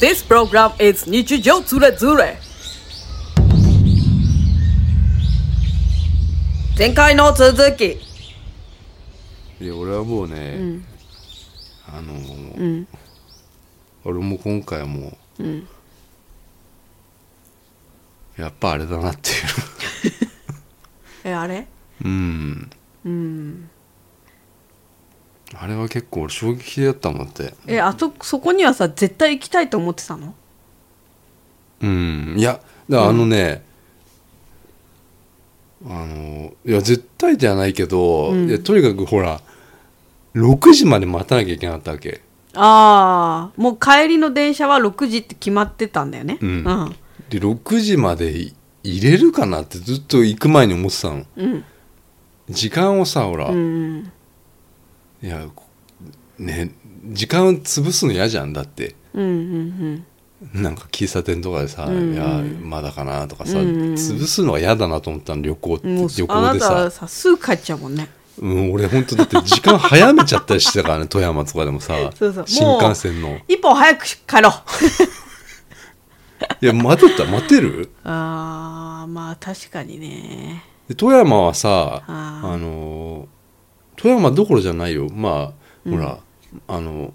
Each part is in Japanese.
This program is 日常ズレズレ前回の続きで俺はもうね、あのー俺も今回はもう、やっぱあれだなっていえあれううん あれは結構俺衝撃的だったもんだってえあそそこにはさ絶対行きたいと思ってたのうんいやだからあのね、あのいや絶対ではないけど、いやとにかくほら6時まで待たなきゃいけなかったわけああもう帰りの電車は6時って決まってたんだよねうんうんで6時までい入れるかなってずっと行く前に思ってたのうん時間をさほら、うんいやこね時間潰すの嫌じゃんだってうんうんなんか喫茶店とかでさ「うんいやまだかな」とかさ、うんうん潰すのは嫌だなと思ったの旅行ってうんも旅うあ行なでたさは、さすぐ帰っちゃうもんねうん、俺本当だって時間早めちゃったりしてたからね富山とかでもさ そうそう新幹線の一歩早く帰ろういや待てた待てる ああまあ確かにねで富山はさああーの富山どころじゃないよまあほら、あの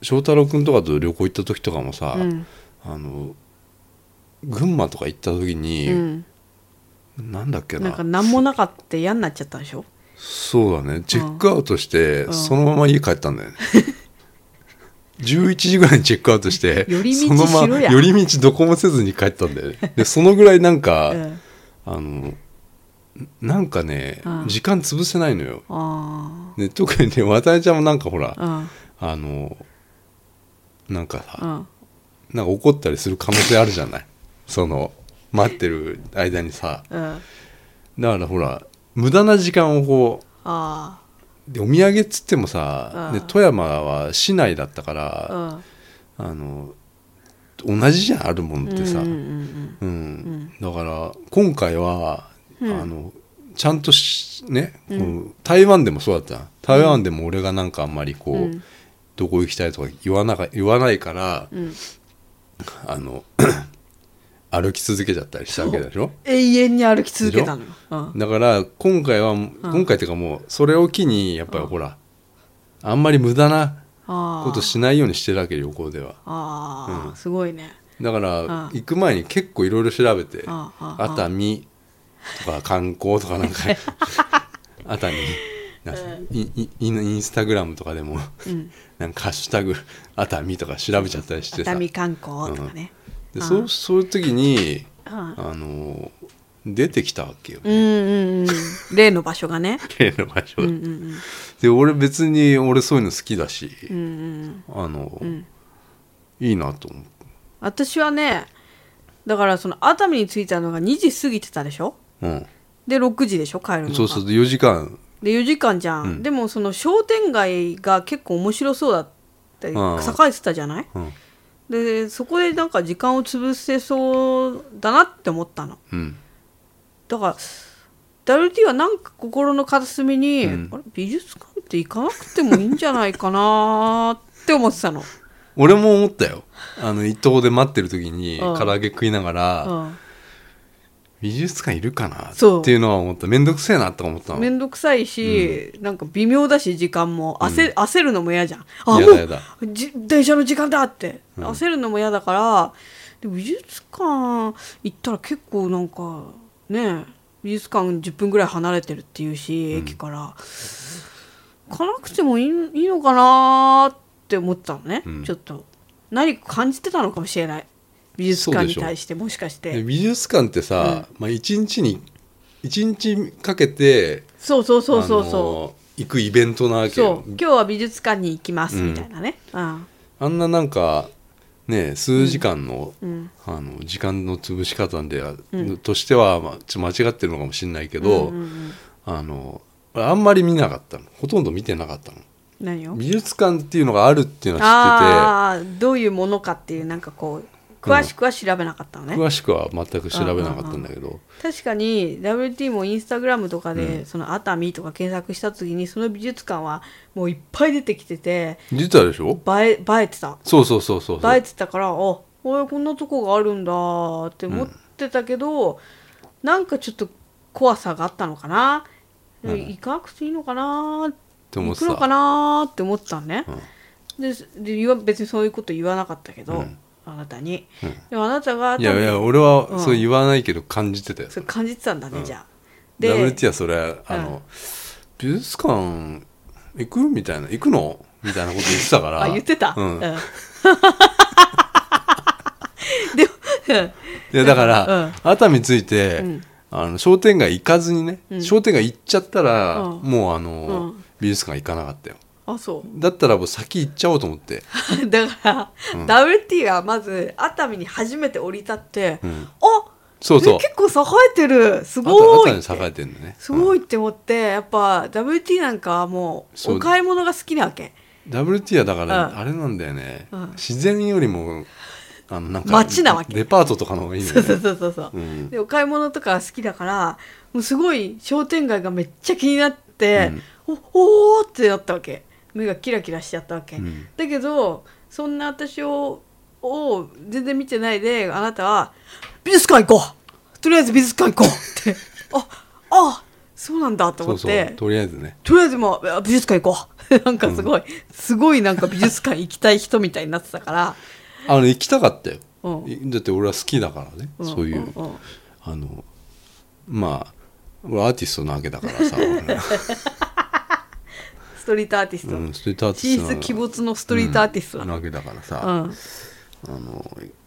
翔太郎君とかと旅行行った時とかもさ、うんあの群馬とか行った時に、うんなんだっけななんか何もなかったって嫌になっちゃったでしょそうだねチェックアウトして、うんそのまま家帰ったんだ よね11時ぐらいにチェックアウトして寄り道そのましろまや寄り道どこもせずに帰ったんだよねでそのぐらいなんか、うんあのなんかね、うん時間潰せないのよあで特にね渡辺ちゃんもなんかほら、ああのなんかさ、うんなんか怒ったりする可能性あるじゃないその待ってる間にさうんうんだからほら無駄な時間をこうあでお土産っつってもさ、うんで富山は市内だったかあら、うんあの同じじゃんあるもんってさ、ううんうんんうんだから今回は、うんあのちゃんとしね、こう台湾でもそうだった台湾でも俺がなんかあんまりこう、うんどこ行きたいとか言わなか言わないから、うんあの 歩き続けちゃったりしたわけでしょ永遠に歩き続けたのよ、うん、だから今回は、今回っていうかもうそれを機にやっぱりほら、あんまり無駄なあことしないようにしてるわけ旅行ではああー、うんすごいねだからあ行く前に結構いろいろ調べてあああ熱海とか観光と かなんか熱海なんかいいいインスタグラムとかでもうん なんか「ハッシュタグ熱海」とか調べちゃったりして熱さ海観光とかね、でそうそういう時にうん、あの出てきたわけよ、うんうん うん例の場所がね例の場所うんが、うんで俺別に俺そういうの好きだし、うんうんうんあの、んいいなと思う私はねだからその熱海に着いたのが2時過ぎてたでしょうん、で6時でしょ帰るのがそうそう4時間で4時間じゃん、んでもその商店街が結構面白そうだって栄ああえてたじゃないうんでそこでなんか時間を潰せそうだなって思ったのうんだから WT はなんか心の片隅に、うんあれ美術館って行かなくてもいいんじゃないかなって思ってたの、俺も思ったよあの伊藤で待ってる時にうん唐揚げ食いながら、うん美術館いるかなそうっていうのは思っためんどくせえなとか思ったのめんどくさいし、なんか微妙だし時間も焦,、焦るのも嫌じゃんあ嫌だ嫌だもうじ電車の時間だって、焦るのも嫌だからで美術館行ったら結構なんかね美術館10分ぐらい離れてるっていうし、駅から行かなくてもいいいいのかなーって思ったのね、うんちょっと何か感じてたのかもしれない美術館に対してもしかしでて美術館ってさ、まあ、1日に一日かけてそうそうそうそうそう、あの行くイベントなわけそうよ今日は美術館に行きますうんみたいなね、うんあんななんかね数時間の,、うんあの時間の潰し方で、としては、まあ、ちょっと間違ってるのかもしれないけど、うんうんうんあのあんまり見なかったのほとんど見てなかったの何を美術館っていうのがあるっていうのは知っててああどういうものかっていうなんかこう詳しくは調べなかったのね、詳しくは全く調べなかったんだけど確かに WT もインスタグラムとかで、その熱海とか検索した時にその美術館はもういっぱい出てきてて実はでしょ映え映えてたそうそうそうそうそ映えうてたからあおいこんなとこがあるんだって思ってたけど、なんかちょっと怖さがあったのかな、行かなくていいのかなて思ってた行くのかなって思ってたのね、でで言わ別にそういうこと言わなかったけど、あなたに、でもあなたがいやい多や分俺はそう言わないけど感じてたよ、そう感じてたんだね、じゃあで WT はそれあの、美術館行くみたいな行くのみたいなこと言ってたからあ言ってた、う ん、でいもうんやだから、うん熱海ついて、あの商店街行かずにね、商店街行っちゃったら、うんもうあの、うん美術館行かなかったよあそうだったらもう先行っちゃおうと思って だから、WT がまず熱海に初めて降り立って、あそうそうえ結構栄えてるすご熱い海っに栄てえてんだねすごいって思ってやっぱ WT なんかはもうそうお買い物が好きなわけ WT はだから、うんあれなんだよね、うん自然よりもあのなんか街なわけデパートとかの方がいいのそうよそうねそうそうそう、うんでお買い物とか好きだからもうすごい商店街がめっちゃ気になって、おおーってなったわけ目がキラキラしちゃったわけ、うんだけどそんな私をを全然見てないであなたは「美術館行こうとりあえず美術館行こう」って「ああそうなんだ」とそ思っうてそうとりあえずねとりあえずもうあ美術館行こう なんかすごい、すごいなんか美術館行きたい人みたいになってたからあの行きたかったよ、うんいだって俺は好きだからね、んそういう、うんうんあのまあ俺アーティストなわけだから さ、ストリートアーティスト、うん、ストリートアーテチィスートなズ鬼没のストリートアーティストだ、うなんわけだからさ、あの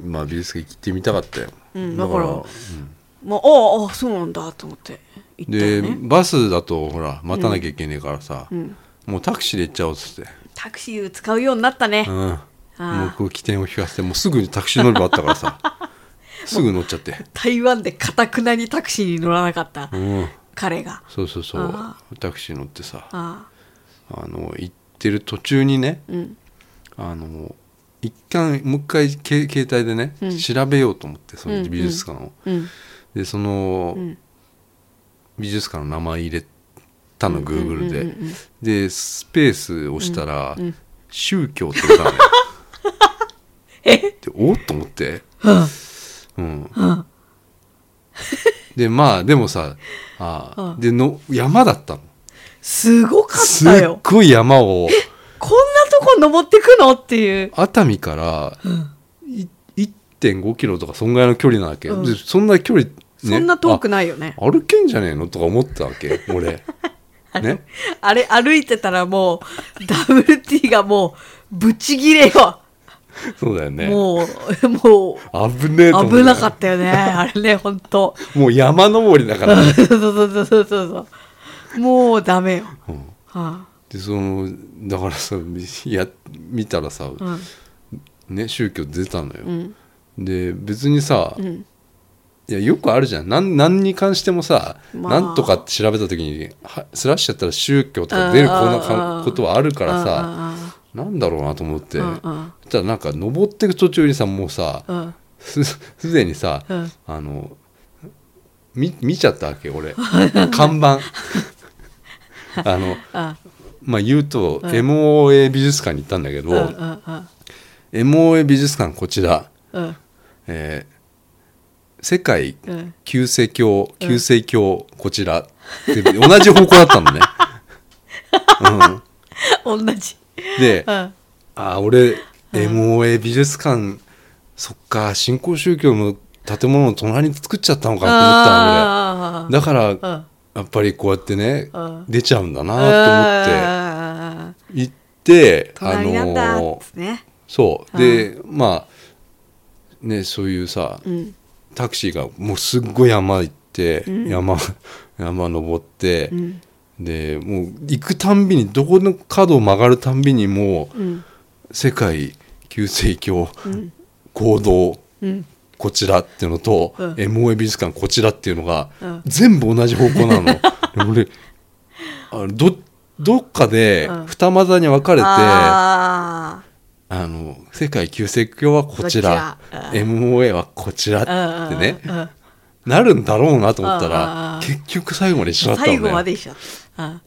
まあ美術館行ってみたかったよ、うんだからうんまあああそうなんだと思って行ったで、よねバスだとほら待たなきゃいけねえからさ、もうタクシーで行っちゃおうっつって、タクシー使うようになったね、うん、もーうこう起点を引かせてもうすぐにタクシー乗り場あったか らさすぐ乗っちゃって、台湾でかたくなにタクシーに乗らなかった、うん、彼がそうそうそうあタクシー乗ってさああの行ってる途中にね、あうんあの一回もう一回け携帯でね、うん調べようと思ってそうんのうん美術館を、うんでその、うん美術館の名前入れたの、グーグルで、うんうんうんうんでスペース押したら、うん宗教って出たのよ えでおっと思って、うんうん、うんでまあでもさあ、うんでの山だったのすごかっすたっよごい山をこんなとこ登ってくのっていう熱海からい1.5キロとかそんぐらいの距離なわけ、うんでそんな距離、ね、そんな遠くあないよね歩けんじゃねえのとか思ってたわけ 俺ねあれ歩いてたらもう WT がもうぶち切れよ、そうだよねもうも危 ねえと思うって危なかったよねあれね本当もう山登りだから、そうそうそうそうそうそうもうダメよ、うんはでそのだからさや見たらあさ、うんね宗教出たのよ、んで別にさ、んいやよくあるじゃんなん何に関してもさ、まあなんとかって調べた時にはスラッシュやったら宗教とか出るこんなかうんことはあるからさあなんだろうなと思って、うんうんそしたらなんか登っていく途中にさもうさ、あうんすすでにさ、うんあの見見ちゃったわけ俺 看板あのあまあ言うと、MOA 美術館に行ったんだけど、うんうんうん MOA 美術館こちら、うんえー世界うん旧世教旧世教こちらって同じ方向だっ たのね、同じうん、で、うんあ俺 MOA 美術館そっか新興宗教の建物の隣に作っちゃったのかと思ったのあ俺だから、んやっぱりこうやってね、うん出ちゃうんだあなと思思ってって行ってあ隣なんだっのつってねそうでまあねそういうさ、うんタクシーがもうすっごい山行って、山 山登って、うんでもう行くたんびにどこの角を曲がるたんびにもう、うん世界旧世教、行動うんこちらっていうのと、うん MOA 美術館こちらっていうのが、うん全部同じ方向 なの。で俺あのどどっかでうん二股に分かれて、ああああの世界旧正教はこちらこちらうん MOA はこちらうんってねうんうんなるんだろうなと思ったらうん結局最後まで一緒だったのね最後まで一緒だった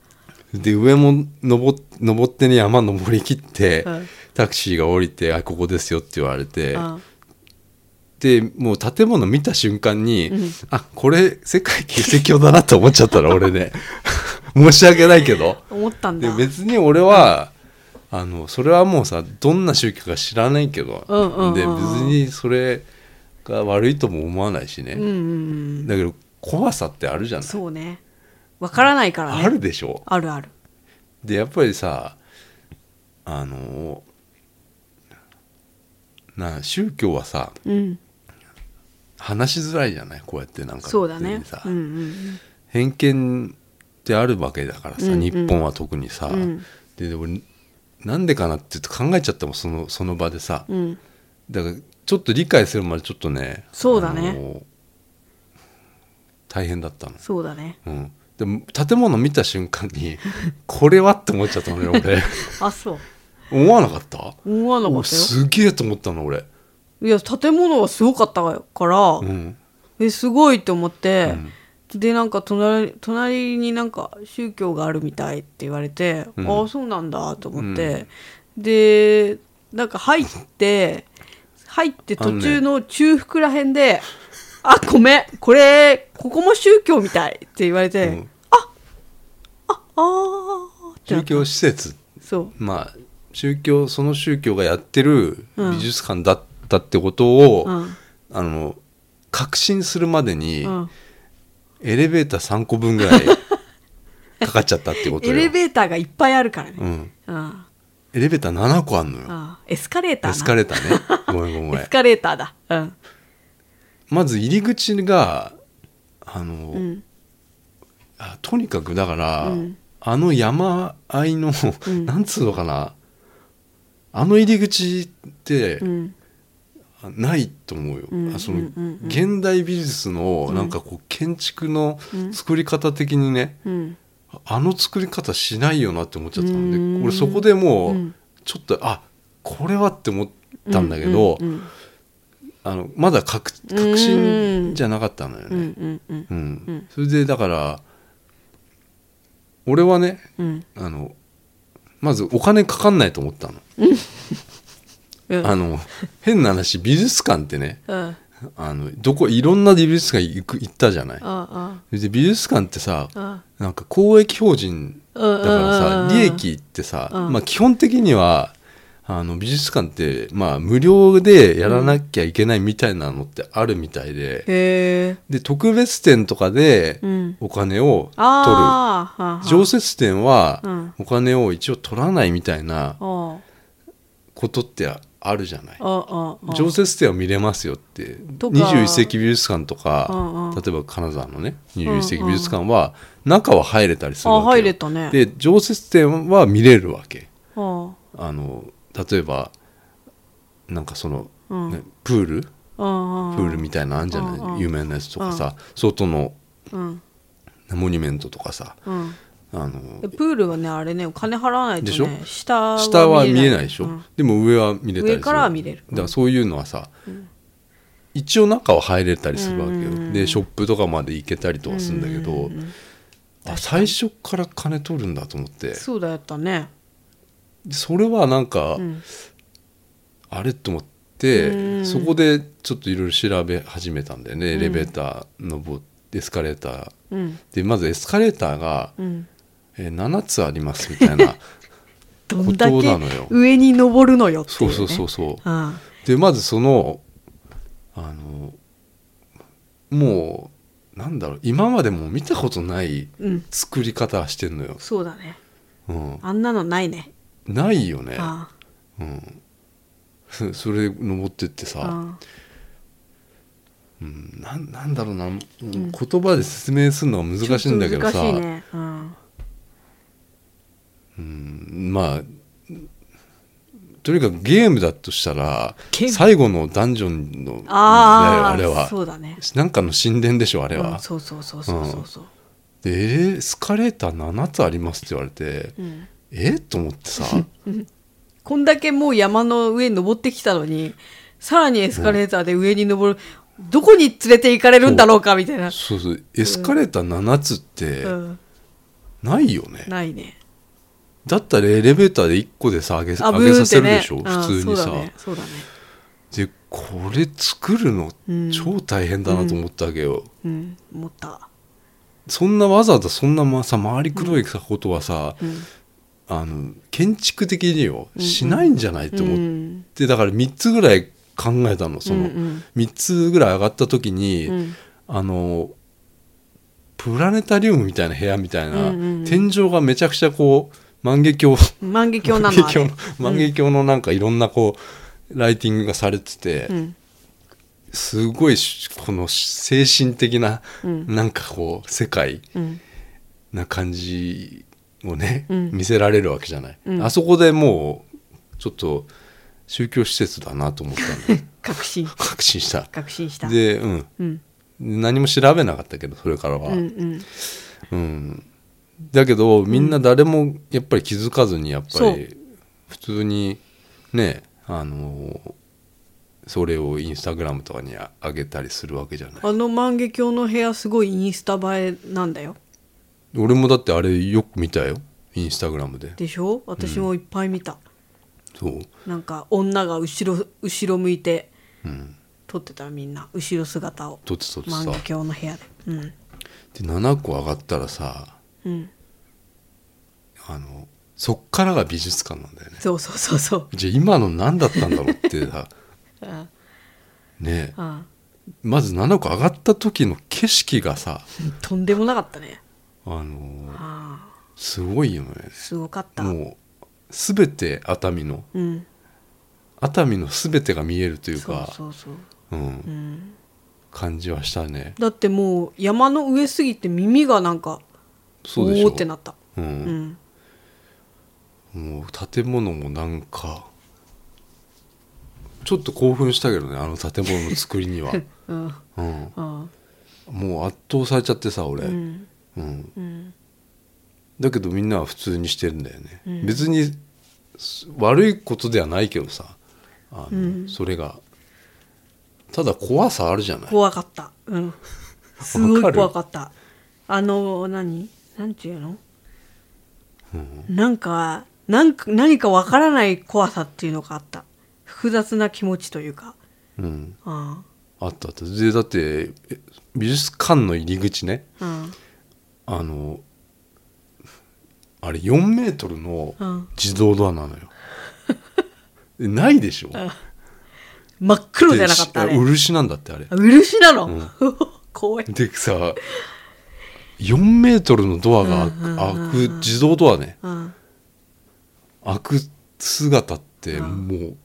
うんで上も登っ登ってね山登りきって、うんタクシーが降りて「あここですよ」って言われて、うんでもう建物見た瞬間に、うんあこれ世界奇跡教だなって思っちゃった ら俺ね 申し訳ないけど思ったんでだ別に俺は、あのそれはもうさどんな宗教か知らないけど、うんうんうんうんで別にそれが悪いとも思わないしね、うんうんうんだけど怖さってあるじゃないそうねわからないからねあるでしょあるあるでやっぱりさあのな宗教はさうん話しづらいじゃないこうやってなんかそうだねさ、うんうん偏見ってあるわけだからさ、うんうん日本は特にさ、うんでで俺なんでかなって考えちゃってもんそのその場でさ、うんうんだからちょっと理解するまでちょっとねそうだねあの大変だったの、そうだねうん、でも建物見た瞬間 にこれはって思っちゃったのよ俺あそう思わなかった思わなかおったよすげえと思ったの俺、いや建物はすごかったから、うん、えすごいと思って、でなんか隣隣になんか宗教があるみたいって言われて、うんああそうなんだと思って、でなんか入って入って途中の中腹らへんで「あ,、ごめんこれここも宗教みたい」って言われて「うんあああーってなっ宗た教施設そうまあ宗教その宗教がやってるうん美術館だったってことを、うんあの確信するまでに、うんエレベーター3個分 ぐらいかかっちゃったってことエよレベーターがいっぱいあるからうね、ん、うんあエレベーター7個あんのよあエスカレーターエなスカレーターねごめんごめエんスカレーターだうんまず入り口があの、うんあとにかくだから、うんあの山あいの、んなんつうのかなあの入り口って、うんないと思うよ、うんあそのうんうんうん現代美術のなんかこう建築の作り方的にね、うんあの作り方しないよなって思っちゃったんで、うん俺そこでもううんちょっとあこれはって思ったんだけど、うんうんあのまだ確確信じゃなかったのようね。んうんうんうんそれでだから俺はねうんあのまずお金かかんないと思ったの。うんあの変な話美術館ってねうんうんあのどこいろんな美術館行く行ったじゃない。うんで美術館ってさうんなんか公益法人だからうんうんうんさうん利益ってさ、うんまあ、基本的にはあの美術館って、まあ、無料でやらなきゃいけないみたいなのってあるみたいで,、へえで特別展とかでうんお金を取ああはんはんる、常設展うはんお金を一応取らないみたいなおうことってあるじゃない。おうおうおう常設展は見れますよってとか21世紀美術館とか、うんうん例えば金沢のね21世紀美術館は中は入れたりするわけあよ入れたねで常設展は見れるわけおうあの例えばなんかその、うんねプールプうんうんールみたいなのあんじゃない、うんうん有名なやつとかさ、外のうんモニュメントとかさうんあでのプールはねあれねお金払わないとでしょね下下は見れないでしょ、うんでも上は見れたりする上からは見れるだからそういうのはさ、一応中は入れたりするわけよ、うんでショップとかまで行けたりとかするんだけど、うんうんうんあ最初から金取るんだと思ってそうだやったねそれはなんか、うんあれと思って、うんそこでちょっといろいろ調べ始めたんだよね、うんエレベーター登ってエスカレーターうんでまずエスカレーターが、うんえー7つあります みたいなどんだこけとなのよ上に登るのよってそいうねそうそうそううんでまずそのあのもうなんだろう今までも見たことないうん作り方してんのよ、そうだねうん、あんなのないねないよね、あうん、そそれ登ってってさ、あうんうん、なんなんだろうな、もう言葉で説明するのは難しいんだけどちさ、ょっと難しいねうんうん、まあとにかくゲームだとしたらゲーム最後のダンジョンのああだよあれそはうだねなんかの神殿でしょあれうんは、そうそうそうそうそうそうでえーエスカレーター7つありますって言われて、 うんえっと思ってさこんだけもう山の上に登ってきたのにさらにエスカレーターで上に登る、どこに連れて行かれるんだろうかみたいな、そうそうエスカレーター7つってうん、ないよね、ないねだったらエレベーターで1個でさ上げ,、あ上ブげーンさってせるねでしょ、あ普通そにさうだねそうだねでこれ作るのうん超大変だなと思ったわけよ、うん思った、そんなわざわざそんなまさ回りくどいさことはさ、うん、あの建築的にようんうんしないんじゃないと思っうて、んだから3つぐらい考えたのその、うんうん3つぐらい上がった時に、うんあのプラネタリウムみたいな部屋みたいな、うんうん天井がめちゃくちゃこう万華鏡万華鏡な万の華あれ鏡の万華鏡のなんかいろんなこうライティングがされてて、うんすごいしこの精神的な、うんなんかこう世界うんな感じをね、うん見せられるわけじゃない、うんあそこでもうちょっと宗教施設だなと思った んで確信確信した確信したでうんうん何も調べなかったけどそれからは、うんうんうんだけどみんな誰もやっぱり気づかずにやっぱそうり普通にねあのそれをインスタグラムとかにあ上げたりするわけじゃないあの万華鏡の部屋すごいインスタ映えなんだよ俺もだってあれよく見たよインスタグラムででしょ私もいっぱい見た、そう、なんか女が後ろ後ろ向いてうん、撮ってたみんな後ろ姿を撮って撮ってさ万華鏡の部屋でうんで7個上がったらさうんあのそっからが美術館なんだよねそうそうそうそうじゃあ今の何だったんだろうってさ あねえあまず7個上がった時の景色がさとんでもなかったねあのああすごいよねすごかったもう全て熱海のうん熱海の全てが見えるというそうかそうそう、うん、うん、感じはしたねだってもう山の上すぎて耳がなんかそうでしょおーってなったううんんもう建物もなんかちょっと興奮したけどねあの建物の作りに は、うんうん、あもう圧倒されちゃってさ俺、あうんうんうんだけどみんなは普通にしてるんだよね、うん別にす悪いことではないけどさあの、うんそれがただ怖さあるじゃない怖かったうんすごわかいる怖かったあの何なんていうの、なんかなんか何かわからない怖さっていうのがあった複雑な気持ちというかうん、うんあったあったでだってえ美術館の入り口ねうんあのあれ4メートルのうん自動ドアなの よ、えないでしょ真っ黒じゃなかったあでしれあ漆なんだってあれあ漆なの、うん 怖いでさ4メートルのドアが開く,、うんうんうんうん自動ドアねうん開く姿ってうんもう、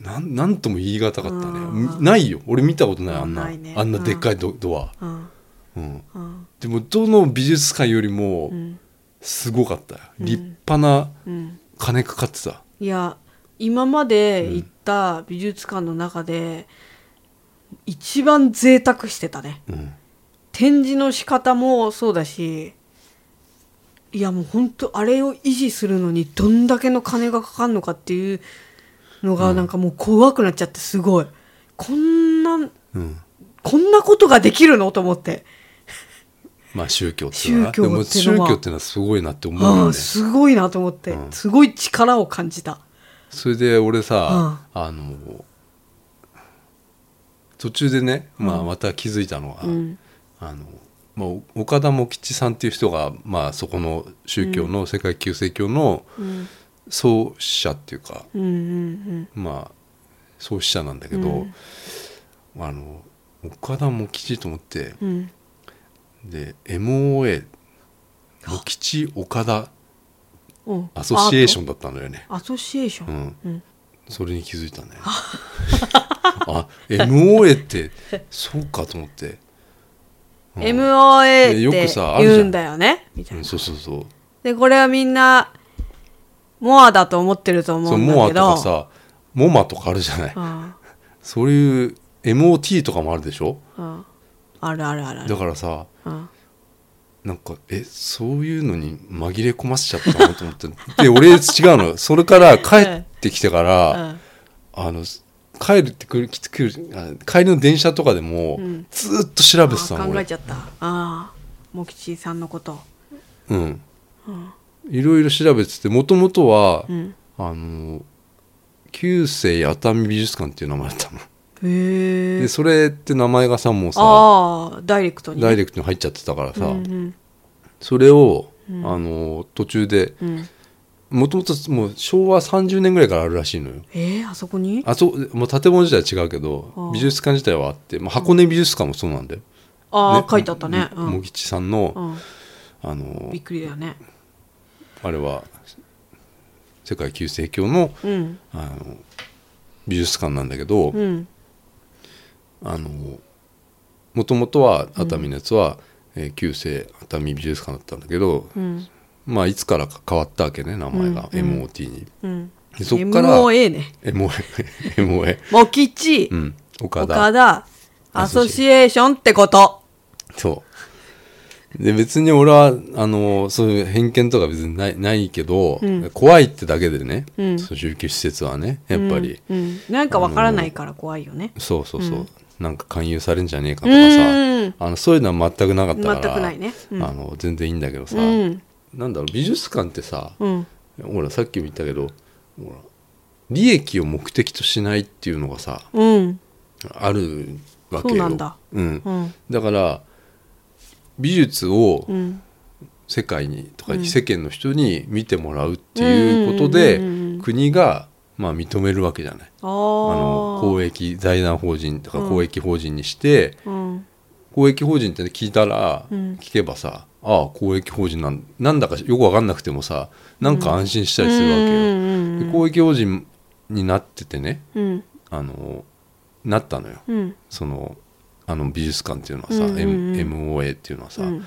なんなんとも言い難かったうね、んうんないよ俺見たことないあんなないねあんなでっかいド,、ドア、うんうん、うんでもどの美術館よりもうんすごかったよ、うん立派なうん金かかってた、いや今まで行った美術館の中で、一番贅沢してたねうん展示の仕方もそうだしいやもう本当あれを維持するのにどんだけの金がかかるのかっていうのがなんかもう怖くなっちゃってすごいこんなうんこんなことができるのと思って、まあ宗教っていうのは宗教でもってのは宗教ってのはすごいなって思うあよあねすごいなと思って、うんすごい力を感じたそれで俺さ、あの途中でね、まあ、うんまた気づいたのは、うんあのまあ、お岡田茂吉さんっていう人が、まあ、そこの宗教の世界救世教のうん創始者っていうか、うんうんまあ創始者なんだけど、あの岡田茂吉と思ってうんうんで MOA 茂吉岡田うんアソシエーションンだったのよね、アソシエーショうン、ん、うんそれに気づいたねあ MOA ってそうかと思って、うん MOA ねよくっさてあるじゃん言うんだよねみたう、いなんそうそうそうでこれはみんなモアだと思ってると思そううんだモアけとどかさモマとかあるじゃないうんそういう MOT とかもあるでしょうんあるあるあるあだるからさうんなんかえそういうのに紛れ込ませちゃったなと思ってで俺違うのそれから帰ってきてから、うんあの帰ってくるきつくるあ帰りの電車とかでも、うんずーっと調べてたあのー考え俺ちゃったああモキチさんのことうんいろいろ調べててもともとは、うんあの旧世熱海美術館っていう名前だったのへえでそれって名前がさもうさああダイレクトにダイレレクトに入っちゃってたからさ、うんそれを、うんあの途中でうんうんもともともう昭和30年ぐらいからあるらしいのよえー、あそこにあそもう建物自体は違うけあどー美術館自体はあって、まあ、箱根美術館もそうなんだよ、ああ、ね書いてあったね、う茂ん吉さんの、うあん、のびっくりだよねあれは世界旧世教のうんあの美術館なんだけど、うんあのもともとは熱海のやつは、えー旧世熱海美術館だったんだけど、うんまあいつからか変わったわけね名前が、うんうん MOT にうんでそっから MOA ね MOA, MOA モキチ、うん岡田岡田アソシエーションってことそうで別に俺はあのそういう偏見とか別にないないけど、うん怖いってだけでね、うんそう宗教施設はねやっぱり、うんうんなんかわからないから怖いよねそうそうそう、うんなんか勧誘されんじゃねえかとうかさ、んあのそういうのは全くなかったから全くないねうんあの全然いいんだけどさ、うんなんだろう美術館ってさ、うんほらさっきも言ったけどほら利益を目的としないっていうのがさうんあるわけよそうなんだうんうんだから美術をうん世界にとかうん世間の人に見てもらうっていうことでうんうんうんうん国がまあ認めるわけじゃない。ああのの公益財団法人とかうん公益法人にして、うん公益法人って聞いたら、うん聞けばさああ公益法人なんなんだかよく分かんなくてもさなんか安心したりするわけよ。うんで公益法人になっててねうんあのなったのようんそのあの美術館っていうのはさ、うんうんうん M- MOA っていうのはさ、うん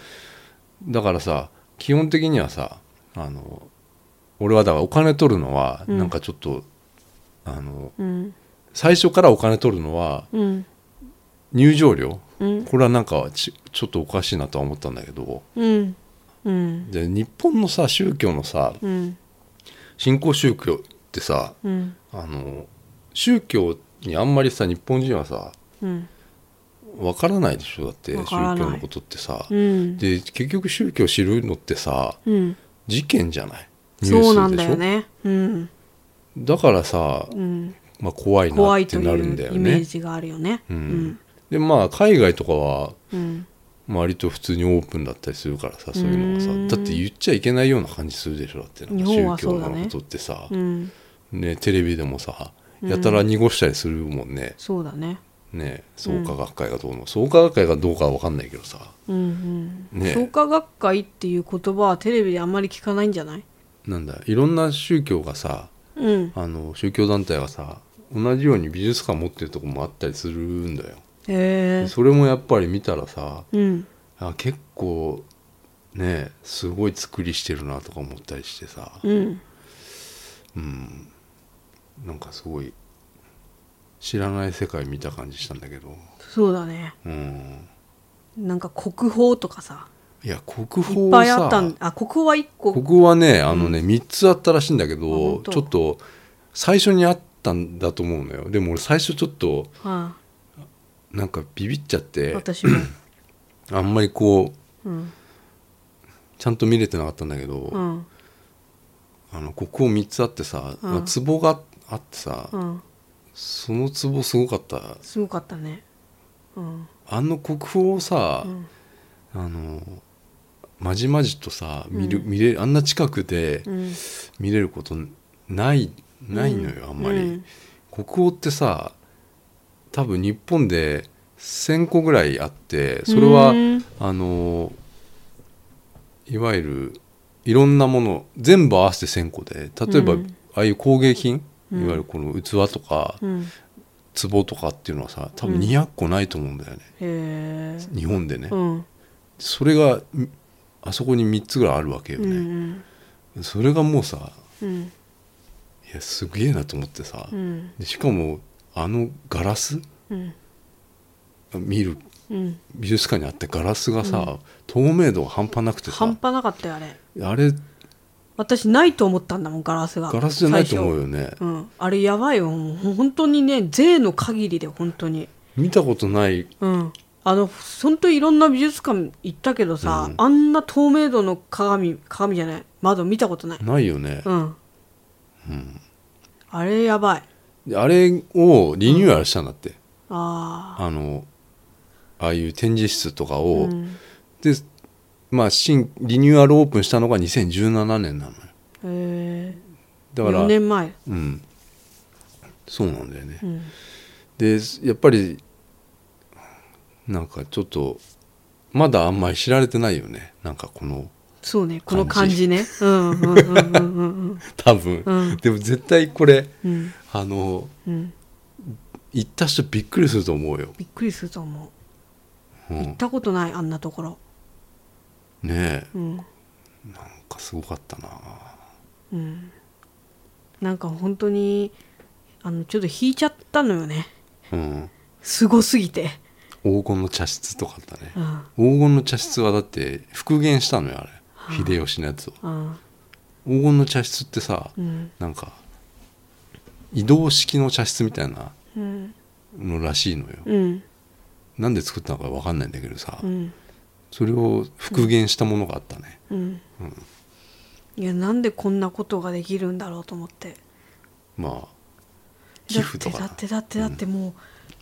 だからさ基本的にはさあの俺はだからお金取るのはうんなんかちょっと、あのうん最初からお金取るのはうん入場料うんこれはなんかちちょっとおかしいなとは思ったんだけどうんうんで日本のさ宗教のさうん新興宗教ってさうんあの宗教にあんまりさ日本人はさうんわからないでしょだって宗わからない教のことってさ、うんで結局宗教を知るのってさうん事件じゃないニュースでしょそうなんだよねうんだからさ、うんまあ、怖い怖なっいとていうなるんだよイメーね。ジがあるよねううんんでまあ海外とかはうん割と普通にオープンだったりするからさそういうのうがんさだって言っちゃいけないような感じするでしょだってなん日か本は宗そ教うだねのことってさ、うんね、テレビでもさやたら濁したりするもんね,、そうだねね創価学会がどうの創価学会がどうかは分かんないけどさ、うんうんね創価学会っていう言葉はテレビであんまり聞かないんじゃないなんだいろんな宗教がさうんあの宗教団体がさ同じように美術館持ってるとこもあったりするんだよ、へえでそれもやっぱり見たらさうんあ結構ねすごい作りしてるなとか思ったりしてさうんうんなんかすごい知らない世界見た感じしたんだけどそうだねうんなんか国宝とかさいやい国っ宝ぱはいあさったんあ国宝は1個国宝はねあのね、3つあったらしいんだけあど本当ちょっと最初にあったんだと思うのよでも俺最初ちょっとはなんかビビっちゃっいて私 もあんまりこううんちゃんと見れてなかったんだけど、うんあの国宝3つあってさ、うんまあ壺があってさ、うんその壺すごかったすごかったねうんあの国宝をさ、うんあのまじまじとさ見る、うん見れあんな近くでうん見れることないないのよ、あんまり、うん国宝ってさ多分日本で1,000個ぐらいあってそれは、うんあのいわゆるいろんなもの全部合わせて1,000個で例えば、うんああいう工芸品、うんいわゆるこの器とか、うんへ壺とかっていうのはさ多分うん200個ないと思うんだよね、え日本でね、うんそれがんあそこに3つぐらいあるわけようんうね、んそれがもうさうんいやすげえなと思ってさ、うんでしかもあのガラスうん見るうん、美術館にあってガラスがさ、透明度が半端なくて半さ端なかったよあれあれ私ないと思ったんだもんガラスがガラスじゃないと思うよ、よねうん、あれやばいよもう本当にね税の限りで本当に見たことないうんあの本当にいろんな美術館行ったけどさ、うんあんな透明度の鏡鏡じゃない窓見たことないないよね、うん、あれやばいであれをリニューアルしたんだって、ああのああいう展示室とかあ、うを、ん、でまあ新リニューアルオープンしたのが2017年なのよえだから4年前、うんそうなんだよね、うん、でやっぱりなんかちょっとまだあんまり知られてないよねなんかこのそうねこの感感じじねうんうんうんうんうん多分、うんでも絶対これうんあのうん行った人びっくりすると思うよ、びっくりすると思うう、行んっ、たことないあんなところねえうんなんかすごかったなうんなんか本当にあのちょっと引いちゃったのよねうんすごすぎて、黄金の茶室とかあったねうん黄金の茶室はだって復元したのよあれはあ秀吉のやつをうん黄金の茶室ってさうんなんか移動式の茶室みたいなうんのらしいのようんなんで作ったのか分かんないんだけどさ、うんそれを復元したものがあったね、うんいやなんでこんなことができるんだろうと思ってまあ寄だっ付てとかだってだってだってもう、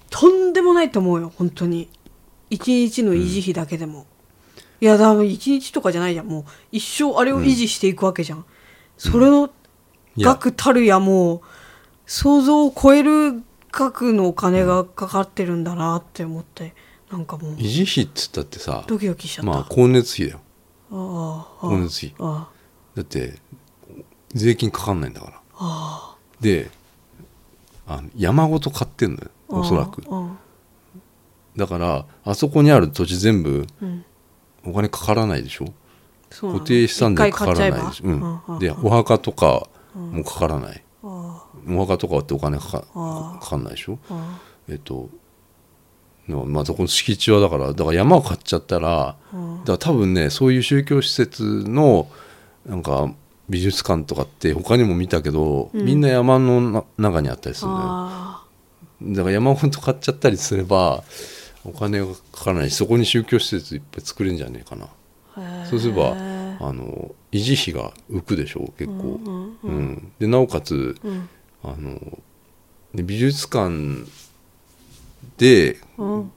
とんでもないと思うよ本当に一日の維持費だけでも、いやだ一日とかじゃないじゃんもう一生あれを維持していくわけじゃん、それのいや額たるやもう想像を超える額のお金がかかってるんだなって思ってなんかもう維持費っつったってさドキドキしちゃった、まあ光熱費だよああああ光熱費あだって税金かかんないんだからであの山ごと買ってんのよあおそらくああだからあそこにある土地全部うんお金かからないでしょそうなの固定資産税かから一ない回買でっちしゃょ、えばう、うんんでお墓とかもかからない、あお墓とかってお金かあかかんないでしょああえっとのまあそこの敷地はだからだから山を買っちゃったらあうんだから多分ねそういう宗教施設のなんか美術館とかって他にも見たけど、うんみんな山のな中にあったりするんだよあだから山本買っちゃったりすればお金がかからないしそこに宗教施設いっぱい作れるんじゃねえかなあへえそうすればあの維持費が浮くでしょう結構、うんううんんでなおかつうんあので美術館でうん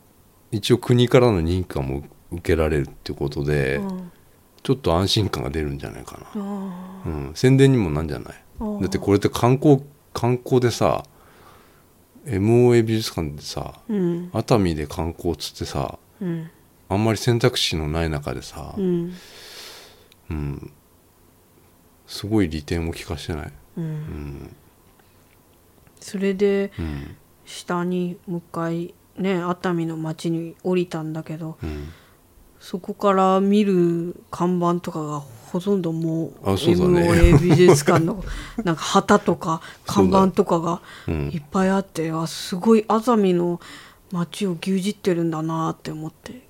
一応国からの認可も受けられるってことで、うんちょっと安心感が出るんじゃないかな、あうん宣伝にもなんじゃないあだってこれって観光観光でさ MOA 美術館でさうん熱海で観光っつってさうんあんまり選択肢のない中でさ、うんうんすごい利点を聞かしてない、ううんんそれでうん下にもう一回ね熱海の町に降りたんだけどうん、そこから見る看板とかがほとんどもうあそうだね MOA 美術館 のなんか旗とか看板とかがうんいっぱいあってあすごい熱海の町を牛耳ってるんだなって思って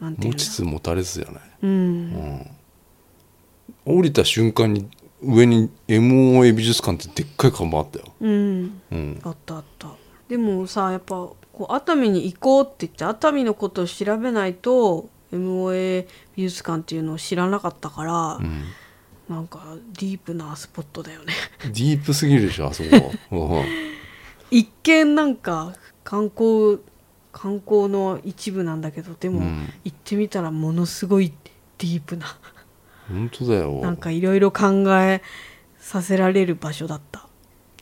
なんてい持うんだちつ持たれつじゃない、うんうん、降りた瞬間に上に MOA 美術館ってでっかい看板あったよ、うんうん、あったあったでもさやっぱこう熱海に行こうって言って熱海のことを調べないと MOA 美術館っていうのを知らなかったから、うんなんかディープなスポットだよね ディープすぎるでしょあそこ、うん一見なんか観光観光の一部なんだけどでも、うん行ってみたらものすごいディープな本当だよなんかいろいろ考えさせられる場所だった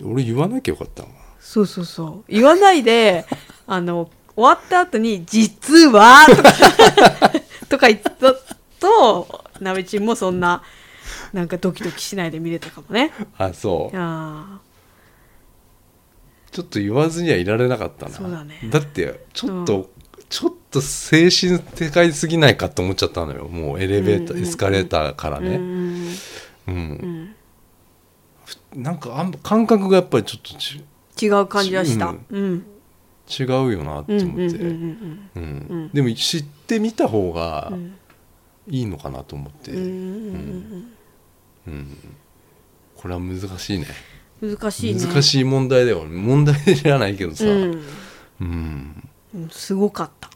俺言わなきゃよかったなそうそうそう言わないで あの終わった後に「実は」とか とか言ったとなべちんもそんななんかドキドキしないで見れたかもねあそうあちょっと言わずにはいられなかったなそうだねだってちょっと、ちょっと精神世界すぎないかって思っちゃったのよもうエレベーうんうター、んうんエスカレーターからあ、うね、んうんうん、なんかあん感覚がやっぱりちょっとち違う感じはしたうんうん、違うよなってうんうん思っうんうてんううんんでも知ってみた方がうんいいのかなと思って、うんうんうんこれは難しいねうん難しいね難しい問題だよ問題じゃないけどさ、うんうんうんすごかった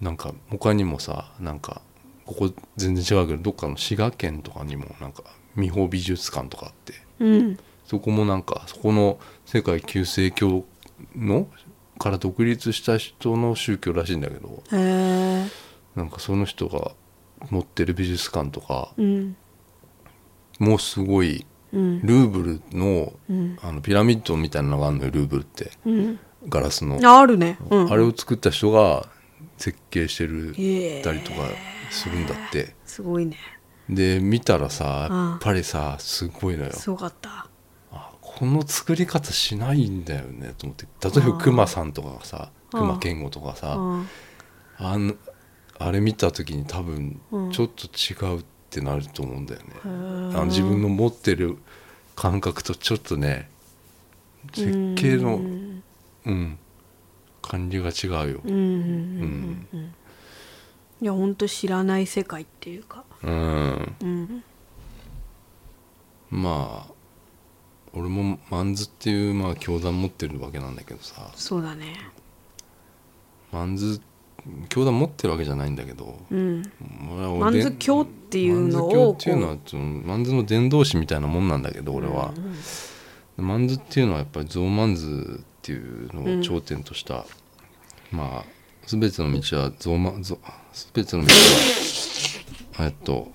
なんか他にもさなんかここ全然違うけどどっかの滋賀県とかにもなんか美保美術館とかあってうんそこもなんかそこの世界旧正教のから独立した人の宗教らしいんだけどへえなんかその人が持ってる美術館とかうんもうすごいうんルーブルのうんあのピラミッドみたいなのがあるのよルーブルってうんガラスのああるねうんあれを作った人が設計してるへえたりとかするんだって。すごいねで見たらさうんやっぱりさすごいのよすごかったあこの作り方しないんだよねと思って例えばあークマさんとかがさうんクマ健吾とかさうんあんあれ見た時に多分うんちょっと違うってなると思うんだよね、へーあの自分の持ってる感覚とちょっとね設計のううん、ん感じが違うようんうんうんうんいや本当知らない世界っていうかうんうんまあ俺もマンズっていうまあ教団持ってるわけなんだけどさそうだねマンズ教団持ってるわけじゃないんだけど、うん俺はマンズ教っっていうのをマンズ教っていうのはこそのマンズの伝道師みたいなもんなんだけど俺は、マンズっていうのはやっぱりゾウマンズっていうのを頂点とした、まあ全ての道はゾウマンゾ全ての道はえっと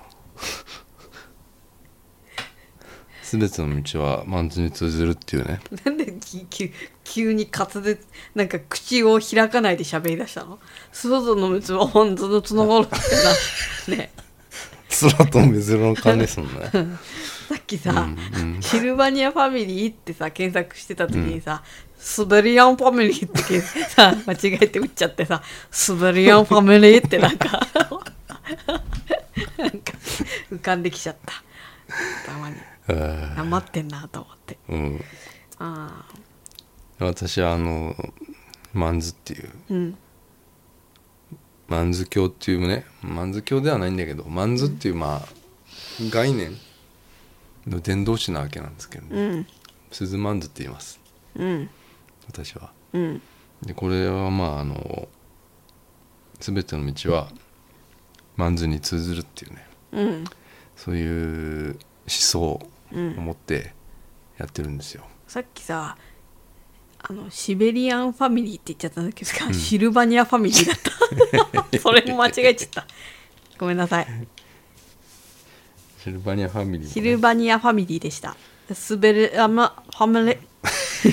全ての道はマンズに通ずるっていうねうなんでき き急に滑舌なんか口を開かないで喋り出したの 外の蜜は本当のつながるってなね空と目白の感じですもんね さっきさ、うんうんシルバニアファミリーってさ検索してた時にさ、スベリアンファミリーってけ さ間違えて打っちゃってさスベリアンファミリーってなんかなんか浮かんできちゃったたまにえなまってんなと思ってーうんああ私はあのマンズっていううんマンズ教っていうねマンズ教ではないんだけどマンズっていうまあ概念の伝道師なわけなんですけど、うねんスズマンズって言いますうん私はうんでこれはまああの全ての道はマンズに通ずるっていうねうんそういう思想をうん持ってやってるんですよ、さっきさあのシベリアンファミリーって言っちゃったんだけどさ、んシルバニアファミリーだった それも間違えちゃったごめんなさいシルバニアファミリーシもルね、バニアファミリーでした。スベルアマファ ミ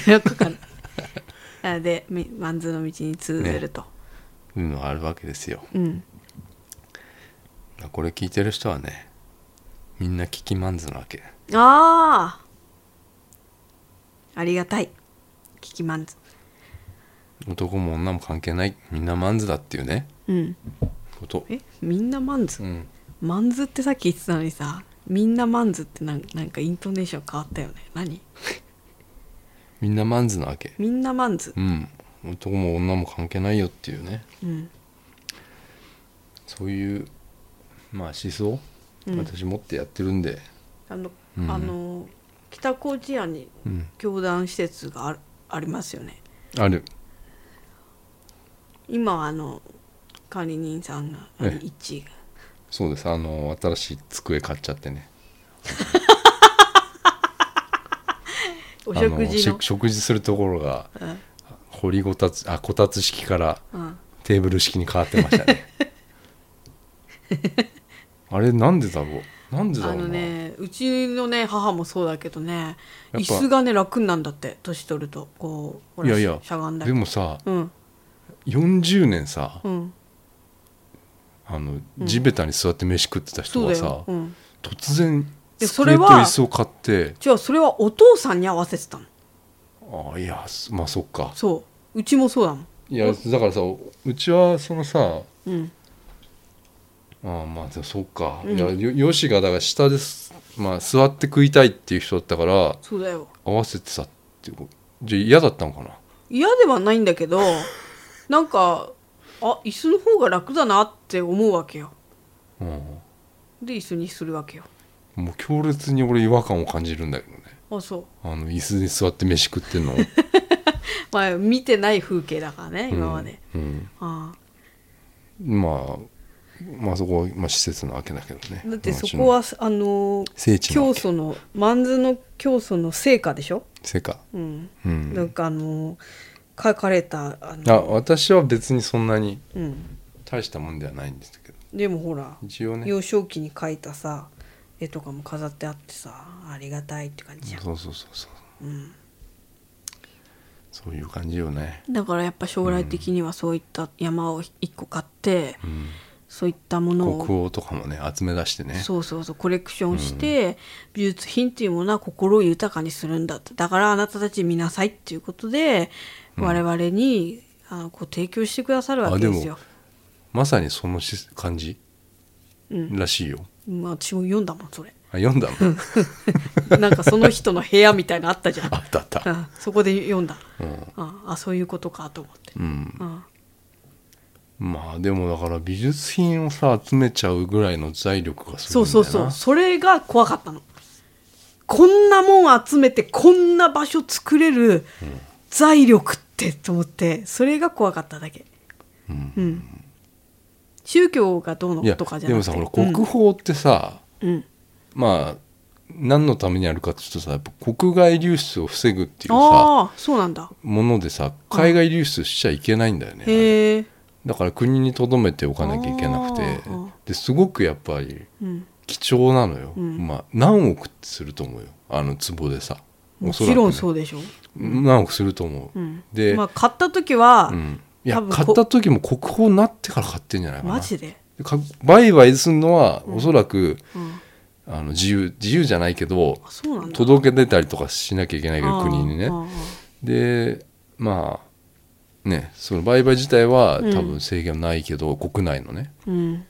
レよくわかんない。あで、みマンズの道に通ずると。いうのがあるわけですようん。これ聞いてる人はねみんな聞きマンズなわけああ。ありがたい。聞きマンズ。男も女も関係ないみんなマンズだっていうねうん。ことえ、みんなマンズ、うんマンズってさっき言ってたのにさ、みんなマンズってなんなんかイントネーション変わったよね。何みんなマンズなわけみんなマンズう。ん男も女も関係ないよっていうねうん。そういうまあ思想、うん私持ってやってるんであの、うんあの、北高知庵にうん教団施設があるありますよね。ある今はあの管理人さんがええ1位がそうですあの新しい机買っちゃってねおあ食の事のし食事するところが掘りごたつあこたつ式からうんうんテーブル式に変わってましたね あれなんでだろうなんでだあろうなのねうちのね母もそうだけどねやっぱ椅子がね楽になんだって年取るとこうほらいやいやしゃがんだりでもさうん40年さうんあの地べたに座って飯食ってたそ人うがださ、よ、うん、突然でそれ机とは椅子を買ってじゃあそれはお父さんに合わせてたのあいやすまあそっかそううちもそうだもんいやだからさうちはそのさうんあまあでもそっか、うんいやよよしがだから下です、まあ、座って食いたいっていう人だったからそうだよ合わせてさっていうじゃあ嫌だったのかな嫌ではないんだけ どなんかあ椅子の方が楽だなって思うわけようん、で椅子にするわけよもう強烈に俺違和感を感じるんだけどねあそうあの椅子に座って飯食ってんのまあ見てない風景だからね 今まで、うん、ああまあまあそこは、まあ、施設なわけだけどねだってそこはあのー聖地な教わけ祖のマンズの教祖の成果でしょ、せかうんうんなんかあのー書かれたあのあ私は別にそんなにうん、大したもんではないんですけどでもほら一応ね幼少期に描いたさ絵とかも飾ってあってさありがたいって感じじゃんそうそうそうそう、そういう感じよねだからやっぱ将来的にはそういった山を一個買って、そういったものを国王とかもね集め出してねそうそうそうコレクションして、美術品っていうものは心を豊かにするんだってだからあなたたち見なさいっていうことで、我々にあのこう提供してくださるわけですよあ。まさにそのし感じ、らしいようん私も読んだもんそれ あ読んだのなんかその人の部屋みたいなのあったじゃんあったあったうんそこで読んだ、うんああそういうことかと思って、うんうんまあでもだから美術品をさ集めちゃうぐらいの財力がすそごいういんだよなそうそうそれが怖かったのこんなもん集めてこんな場所作れる財力ってと思ってそれが怖かっただけうんうん宗教がどういやのとかじゃでなもくてさほら国宝ってさ、うんうんまあ何のためにあるかっていうとさやっぱ国外流出を防ぐっていうさああそうなんだものでさ海外流出しちゃいけないんだよね、へえだから国に留めておかなきゃいけなくてあーですごくやっぱりうん貴重なのよ、うんまあ何億ってすると思うよあの壺でさもちろんそううでしょ何億すると思う、うんで、まあ買った時はうん、いや多分こ買った時も国宝になってから買ってんじゃないかなマジででか売買するのはおそらく、うんあの自由自由じゃないけどあそうなんだ届け出たりとかしなきゃいけないけあどあ国にねああああでまあねその売買自体はうん多分制限はないけど、国内のねうん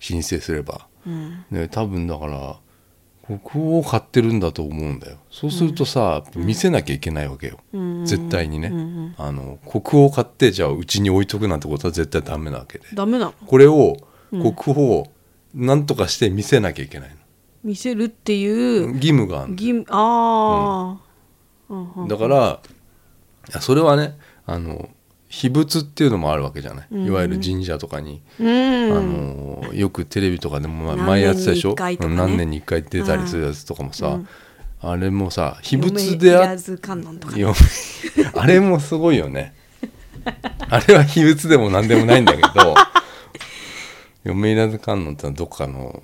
申請すればうんね多分だから国宝を買ってるんだと思うんだよそうするとさ、見せなきゃいけないわけよ、うん絶対にね、うんうんあの国宝を買ってじゃあうちに置いとくなんてことは絶対ダメなわけでダメなのこれを国宝をなんとかして見せなきゃいけない見せるっていの、う義務があるの義務ああ、うんうんだからいやそれはねあの秘仏っていうのもあるわけじゃない、うんいわゆる神社とかに、うんあのよくテレビとかでも何ま年に前やってたでしょ一回とかね何年に1回出たりするやつとかもさ、うんあれもさ秘仏であ嫁いらず観音とかよあれもすごい よねあれは秘仏でも何でもないんだけど嫁いらず観音ってのはどっかの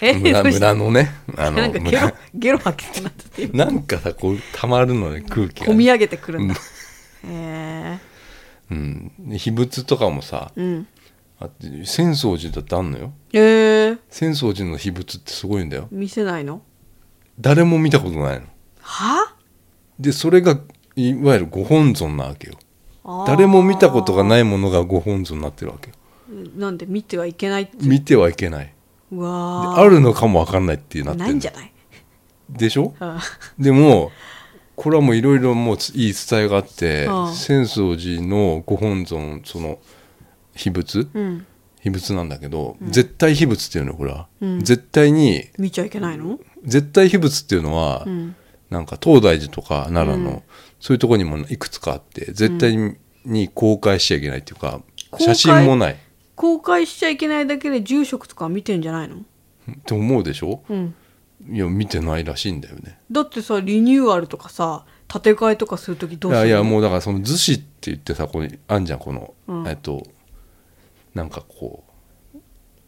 え村どうした村のねあのなんかゲロ村ゲロ吐きそうになっててなんかさこうたまるのね空気がね、込み上げてくるんだへうん、で秘仏とかもさえうんあって浅草寺だってあんのよえー、浅草寺の秘仏ってすごいんだよ見せないの誰も見たことないのはでそれがいわゆるご本尊なわけよあー誰も見たことがないものがご本尊になってるわけよなんで見てはいけないっていう見てはいけないでうわーあるのかもわかんないっていうなってないんじゃないでしょうんでもこれはもういろいろもういい伝えがあってああ浅草寺のご本尊その秘仏うん秘仏なんだけど、絶対秘仏っていうのよこれは、うん絶対に見ちゃいけないの絶対秘仏っていうのは、うんなんか東大寺とか奈良の、うんそういうとこにもいくつかあって絶対に,、公開しちゃいけないっていうか公開写真もない公開しちゃいけないだけで住職とか見てんじゃないのと思うでしょうんいや見てないらしいんだよねだってさリニューアルとかさ建て替えとかする時どいすうやるいやうもうだからその逗子って言ってさここにあんじゃんこの、うんえっとなんかこ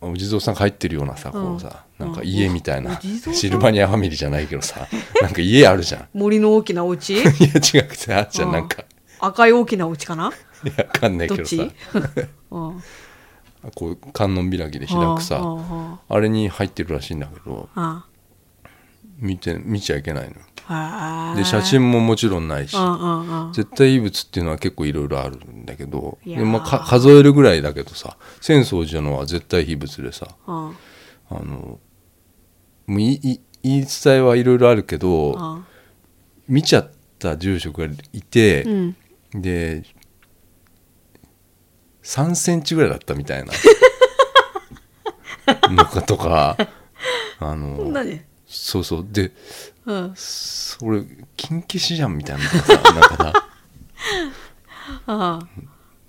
うお地蔵さんが入ってるようなさ、このさうんなんか家みたいな、お地蔵さんシルバニアファミリーじゃないけどさなんか家あるじゃん森の大きなお家 いや違くてあっちゃんうんなんか 赤い大きなお家かないやわかんないどけっどちさうんこう観音開きで開くさうんうんうんあれに入ってるらしいんだけどあ見て見ちゃいけないのよあへえで写真ももちろんないしうんうんうん絶対遺物っていうのは結構いろいろあるんだけどいやーで、まあ、か数えるぐらいだけどさ浅草寺のは絶対秘物でさうんあのもういい言い伝えはいろいろあるけどうん見ちゃった住職がいて、うんで3センチぐらいだったみ たいなのかとかあそんなのにそうそうでうんそれ金消しじゃんみたいなのがさなんか さああ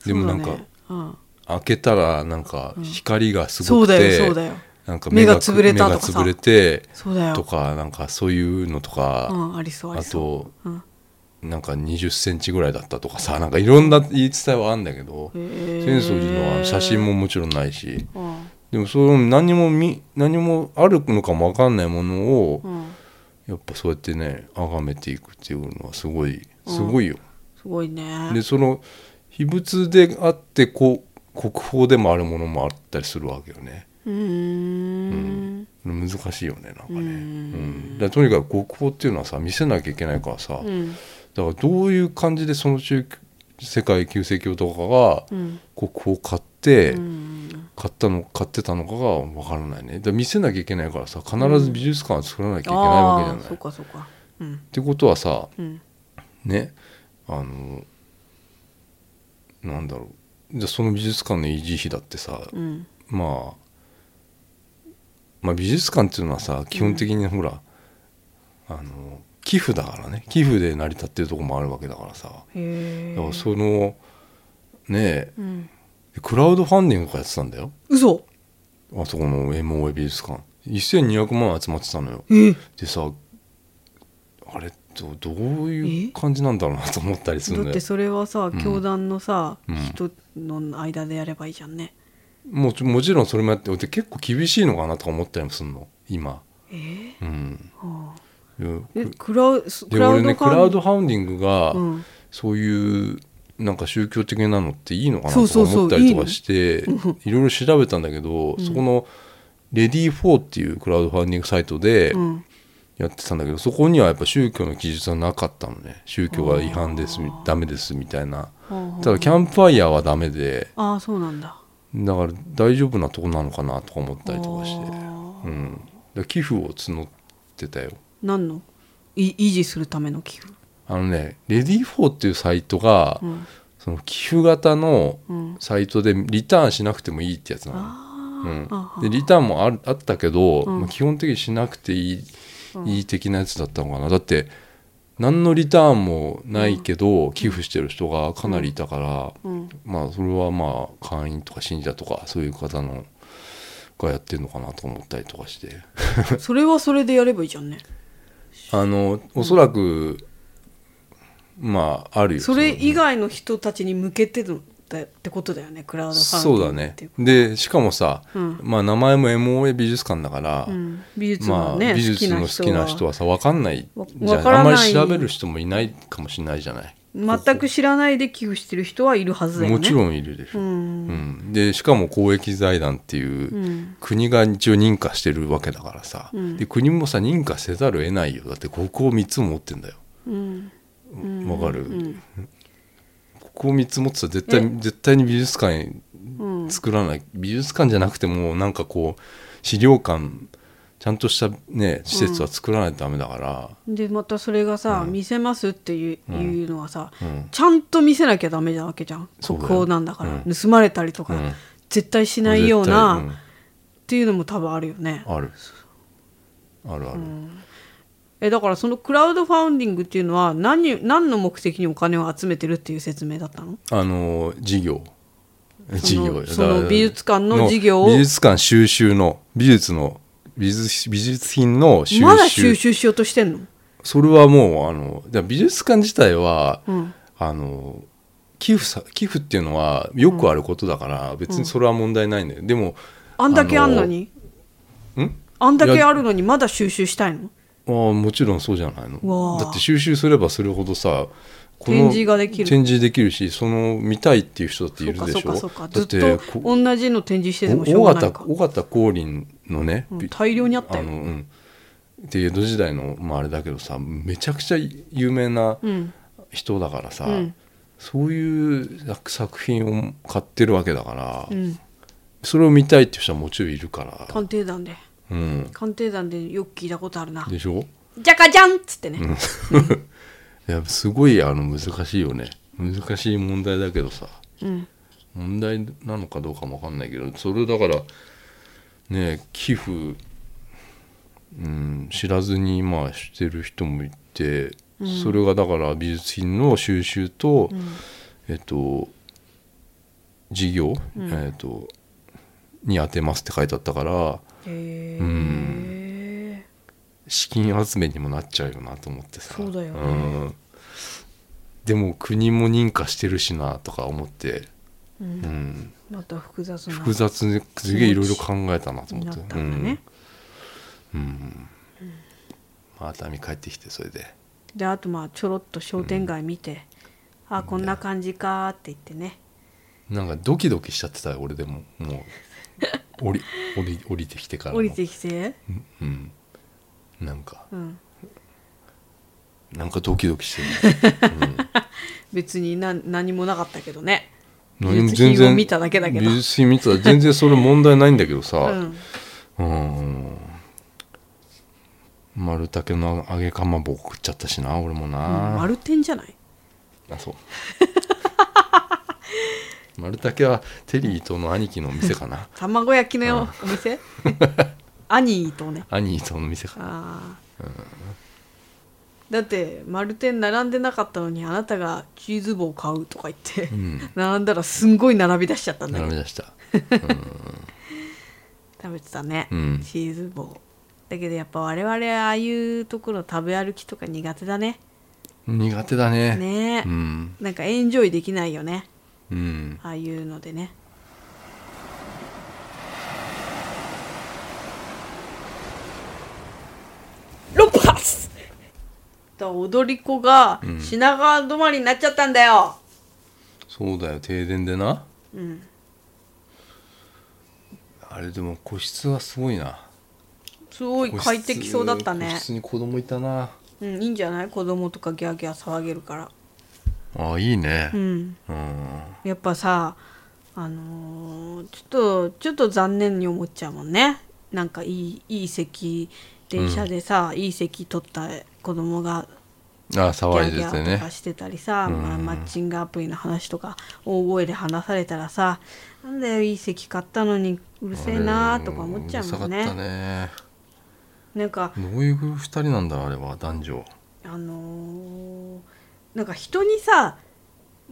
でもなんか、そうだねうん開けたらなんか光がすそごうくだよて、そうだよなんか目が潰れたとかさ目が潰れてそうだよとかなんかそういうのとか、うんありそうありあそううとんなんか2 0ンチぐらいだったとかさなんかいろんな言い伝えはあるんだけどへ浅ー草寺のあの写真ももちろんないしうんでもそれも何も見何もあるのかも分かんないものを、うんやっぱそうやってね崇めていくっていうのはすごういんすごいよ。すごいねでその秘仏であってこう国宝でもあるものもあったりするわけよね。うーん難しいよねなんかね。ううんん、だからとにかく国宝っていうのはさ見せなきゃいけないからさ、うんだからどういう感じでその中世界旧世教とうかがん国宝を買って、うん買ったの買ってたのかがわからないねだから見せなきゃいけないからさ必ず美術館を作らなきゃいけないわけじゃあなあい、そうっかそうかうんてことはさうんねあのなんだろうじゃあその美術館の維持費だってさ、うんまあまあ美術館っていうのはさ基本的にほら、あの寄付だからね寄付で成り立ってるとこもあるわけだからさ、へえだからそのねうんえクラウドファンディングとかやってたんだよ嘘あそこの MOA 美術館1200万集まってたのよえでさあれどどういう感じなんだろうなと思ったりするだんっだてよそれはさうん教団のさうん人の間でやればいいじゃんねもうちょもちろんそれもやってで結構厳しいのかなとか思ったりもするの今えーうんはあうんえクラウスクでラウ俺ドねフクァンラウドファンディングが、うんそういうなんか宗教的なのっていいのかなそうとかそうそう思ったりとかしていろいろ調べたんだけど、そこのレディーフォーっていうクラウドファンディングサイトでうんやってたんだけど、そこにはやっぱ宗教の記述はなかったのね宗教は違反ですみダメですみたいなはあただキャンプファイヤーはダメでああそうなんだだから大丈夫なとこなのかなとか思ったりとかして、あうあん、だから寄付を募ってたよ何のい維持するための寄付あのねレディーフォーっていうサイトが、うんその寄付型のうんサイトでリターンしなくてもいいってやつなあの、うんあははでリターンもあるあったけど、うんまあ基本的にしなくていい,、うんいい的なやつだったのかなだって何のリターンもないけど、寄付してる人がかなりいたから、あうんまあそれはまあ会員とか信者とかそういう方のがやってるのかなと思ったりとかしてそれはそれでやればいいじゃんねあのおそらく、まああるよそれの以外の人たちに向けてのだってことだよねクラウドファンディそうングだねっていうかでしかもさ、うんまあ名前も MOA 美術館だから、うん美術まのあ、ね美術の好きな人はさ分かんないわじゃわんからあんないまり調べる人もいないかもしれないじゃない、全く知らないで寄付してる人はいるはずだよねもちんろんいるでしうょ、うんんでしかも公益財団っていう、うん国が一応認可してるわけだからさ、うんで国もさ認可せざるを得ないよだって国宝3つも持ってんだようんうんわかるうん国宝3つ持ってたら絶対絶対に美術館うん作らない美術館じゃなくてもなんかこう資料館ちゃんとしたね施設は作らないとダメだから、でまたそれがさ、うん見せますっていう,、うんいうのはさうんちゃんと見せなきゃダメなわけじゃんそう国だよ宝なんだから、うん盗まれたりとか、うん絶対しないような、絶っていうのも多分あるよね対うんあるあるある、えだからそのクラウドファウンディングっていうのは何何の目的にお金を集めてるっていう説明だったのあの事業事業よそのだから美術館の事業を美術館収集の美術の美術美術品の収集まだ収集しようとしてんのそれはもうあのだから美術館自体は、うんあの寄付さ寄付っていうのはよくあることだから、別にそれは問題ないんだよ、でもあんだけあんのにんあんだけあるのにまだ収集したいのああもちろんそうじゃないのわあだって収集すればするほどさこの展示ができる展示できるしその見たいっていう人だっていそうるかでそうしょかそうかずっとだってこ同じの展示しててもしょ尾うがない形か尾形光琳のね、うんび大量にあったよのうんって江戸時代の、まあ、あれだけどさめちゃくちゃ有名なうん人だからさ、うんそういう作作品を買ってるわけだから、うんそれを見たいっていう人はもちろんいるから、鑑定団でうん、鑑定団でよく聞いたことあるなでしょじゃかじゃんっつってね、 いやすごいあの難しいよね難しい問題だけどさうん問題なのかどうかもわかんないけどそれだからね寄付、うん、知らずにまあしてる人もいて、うんそれがだから美術品の収集と、うんえっと事業、うんえっとに当てますって書いてあったからへうえ資金集めにもなっちゃうよなと思ってさそうだよねんでも国も認可してるしなとか思って、ううんん、また複雑な複雑にすげえいろいろ考えたなとに思なっってたんだね、うん、うんまあ熱海帰ってきてそれでであとまあちょろっと商店街見て、あこんな感じかーって言ってねなんかドキドキしちゃってたよ俺でもも う降り降り降りてきてからも降りてきてうんなんかうんなんかドキドキしてる別にな何もなかったけどね何も 美術品を見ただけだけど美術品見たら全然それ問題ないんだけどさ、 うんうん丸竹の揚げかまぼこ食っちゃったしな俺もな、丸天じゃないあそう 丸竹はテリーとの兄貴の店 かな卵焼きのお店 アニーとね兄との店かなああ、だって丸天並んでなかったのにあなたがチーズ棒買うとか言って、ん並んだらすんごい並び出しちゃったんだけ並どび出した食べてたね、うんチーズ棒だけどやっぱ我々ああいうところ食べ歩きとか苦手だね苦手だねねえ、うんなんかエンジョイできないよねうんああいうのでね6発だ踊り子がうん品川止まりになっちゃったんだよ、そうだよ停電でなうん、あれでも個室はすごいなすごい個室快適そうだったね個室に子供いたなうんいいんじゃない子供とかギャーギャー騒げるからああいいねうんうんやっぱさあのーちょっとちょっと残念に思っちゃうもんねなんかいいいい席電車でさ、いい席取った子供がああギャ騒いーギでャてーとかねしてたりさ、うんまあマッチングアプリの話とか大声で話されたらさなんだよいい席買ったのにうるせえなとか思っちゃうもんるねさかったねなんかどういう二人なんだあれは男女あのーなんか人にさ、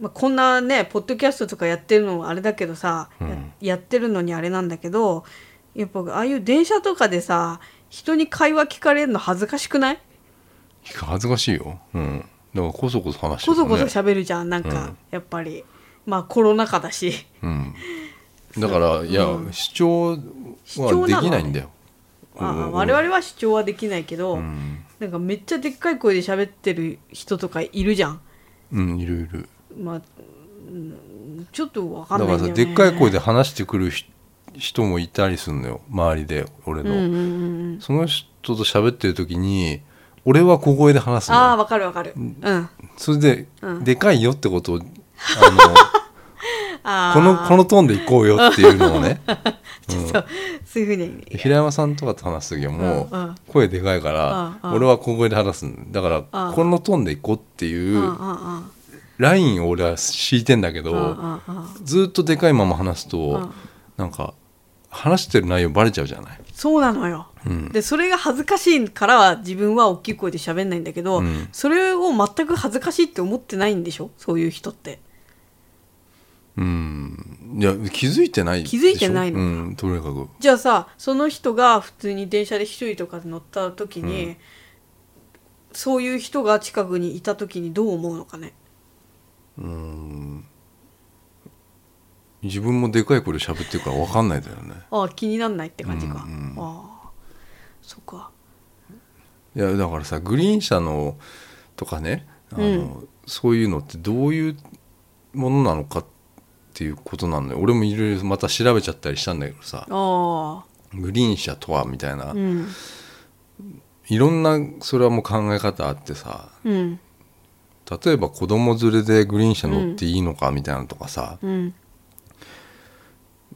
まあ、こんなねポッドキャストとかやってるのもあれだけどさ、うんややってるのにあれなんだけどやっぱああいう電車とかでさ人に会話聞かれるの恥ずかしくない恥ずかしいようんだからこそこそ話してこたそねこそ喋るじゃんなんか、うんやっぱりまあコロナ禍だし。うんだからいや、うん主張はできないんだよ、まあ、うん我々は主張はできないけど、うん、なんかめっちゃでっかい声で喋ってる人とかいるじゃんうん、いるいるまあ、うんちょっとわかだんなかいんだらよ、さね、でっかい声で話してくるひ人もいたりするのよ周りで俺うんの、うんうんうんその人と喋ってる時に俺は小声で話すのああよわかるわかるうんあそれで、うんでかいよっ てことをあのあこのこのトーンでいこうよっていうのをね ちょっと、そういうふうに平山さんとかと話す時はもうんうんう声でかいから、うんうん俺は小声で話すんだだから、うんこのトーンでいこうってういんううんうんラインを俺は敷いてんだけど、うんうんうんずっとでかいまま話すと、うんなんか話してる内容バレちゃうじゃない、そうなのよ、うんでそれが恥ずかしいからは自分は大きい声で喋んないんだけど、うんそれを全く恥ずかしいって思ってないんでしょそういう人ってうん、いや気づいてないでしょ気づいてないのうん、とにかくじゃあさその人が普通に電車で一人とかで乗った時に、そういう人が近くにいた時にどう思うのかねうん自分もでかい声で喋ってるから分かんないだよねああ気になんないって感じか、うんうんああそっかいやだからさグリーン車のとかねあの、うんそういうのってどういうものなのかっていうことなのよ俺もいろいろまた調べちゃったりしたんだけどさあグリーン車とはみたいな、あうんいろんなそれはもう考え方あってさうん例えば子供連れでグリーン車乗っていいのかみたいなのとかさ、うん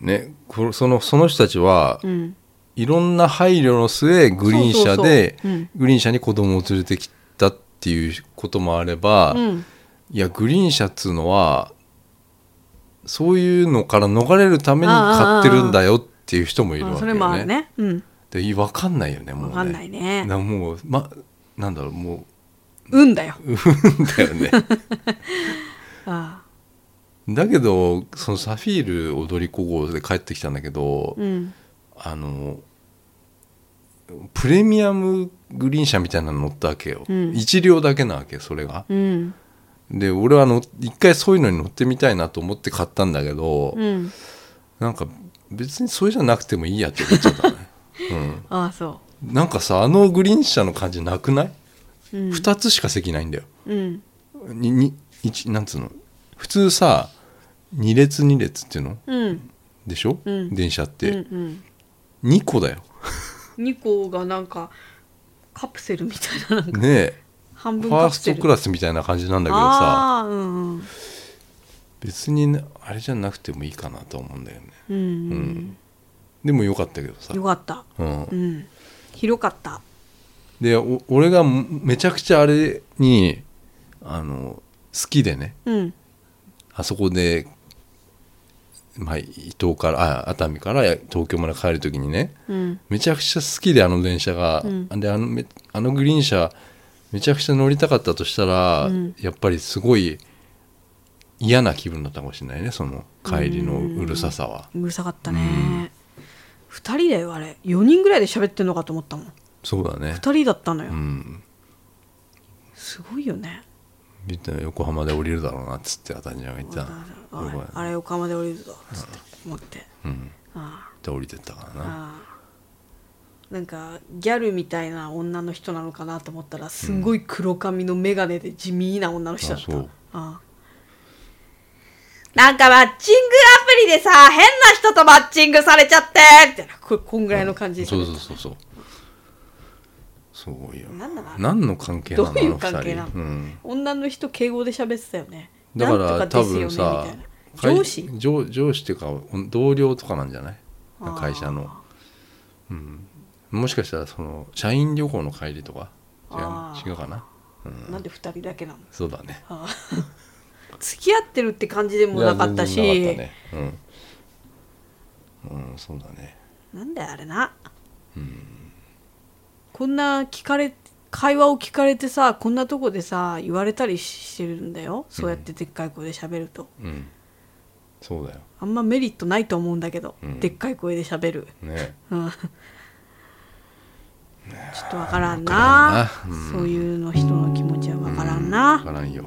ね、これそのその人たちはうんいろんな配慮の末グリーン車でそうそうそううんグリーン車に子供を連れてきたっていうこともあれば、うんいやグリーン車っつうのはそういうのから逃れるために買ってるんだよっていう人もいるわあけそよれもあるね。ねうんでい分かんないよねもうね。分かんないねなもうまなんだろうも運だよううん だよね。ああだけどそのサフィール踊り子号で帰ってきたんだけど、うんあのプレミアムグリーン車みたいなの乗ったわけよ、うん一両だけなわけそれがうんで俺はの一回そういうのに乗ってみたいなと思って買ったんだけど、うんなんか別にそれじゃなくてもいいやって思っちゃったね、 ああそうん、なんかさあのグリーン車の感じなくない、ううん二2つしか席ないんだようんにに一なんつうの普通さ2列2列っていうのうんでしょ、うん電車っうんうて、ん二2個だよ2個がなんかカプセルみたいななんかねえ半フ分ァカープスセトルクラスみたいな感じなんだけどさああうんうん別にねあれじゃなくてもいいかなと思うんだよねうん、でもよかったけどさ、よかったうんうん広かったでお俺がめちゃくちゃあれにあの好きでねうんあそこで、まあ、伊東からあ熱海から東京まで帰る時にねうんめちゃくちゃ好きであの電車が、うんであのめあのグリーン車めちゃくちゃ乗りたかったとしたら、うんやっぱりすごい嫌な気分だったかもしれないねその帰りのうるささは、うるさかったね、二2人だよあれ4人ぐらいで喋ってんのかと思ったもんそうだね2人だったのよ、うんすごいよね言ったら横浜で降りるだろうなっつってあたりちゃんが言ってたのおい横あ浜れ横浜で降りるぞつって思ってうんあで降りてったからあなああなんかギャルみたいな女の人なのかなと思ったらすごい黒髪の眼鏡で地味な女の人だった、あそうああなんかマッチングアプリでさ変な人とマッチングされちゃってみたいなここんぐらいの感じでそうそう喋っそうそうそうよなんだろう何の関係なのどういう関係なあの二人うん、女の人敬語で喋ってたよねだからなんと多かで分すよねさみたい会な上司上上司っていうか同僚とかなんじゃないあー会社の、うん、もしかしたらその社員旅行の帰りとか違あーう違うかななんで2人だけなのそうだねあー付き合ってるって感じでもなかったしいや全然なかったねうん、うん、そうだねなんだよあれな、こんな聞かれ会話を聞かれてさこんなとこでさ言われたりしてるんだよそうやってでっかい声で喋ると、うんそうだよあんまメリットないと思うんだけど、うんでっかい声で喋るねうんちょっとわからんなわからんなうんそういうの人の気持ちはわからんなわ、からんよ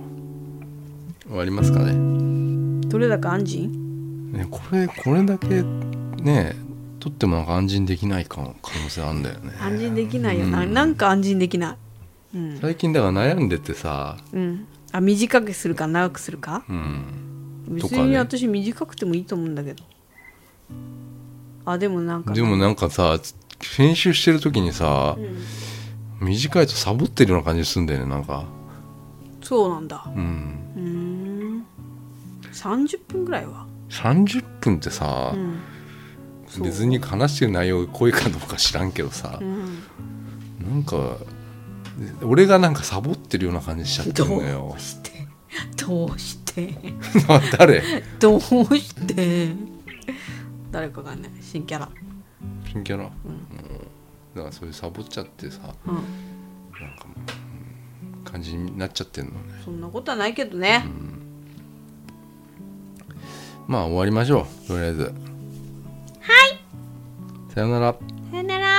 終わりますかねどれだか安心ねこれこれだけね撮ってもなんか安心できないかも可能性あんだよね安心できないよな、なんか安心できないうん、最近だから悩んでてさうん、あ短くするか長くするかうんと別かねに私短くてもいいと思うんだけどあでもなんかでもなんかさ編集してる時にさ、短いとサボってるような感じするんだよねなんかそうなんだうんうーん30分ぐらいは、 30分ってさう、ん、そう別に話してる内容が濃いかどうか知らんけどさう、ん、なんか俺がなんかサボってるような感じしちゃってどるのようしてどうして誰 どうして誰かがね新キャラ、新キャラ、うんだからそういうサボっちゃってさなんかうん、もううん感じになっちゃってんのねそんなことはないけどね、まあ終わりましょうとりあえずはいさよならさよなら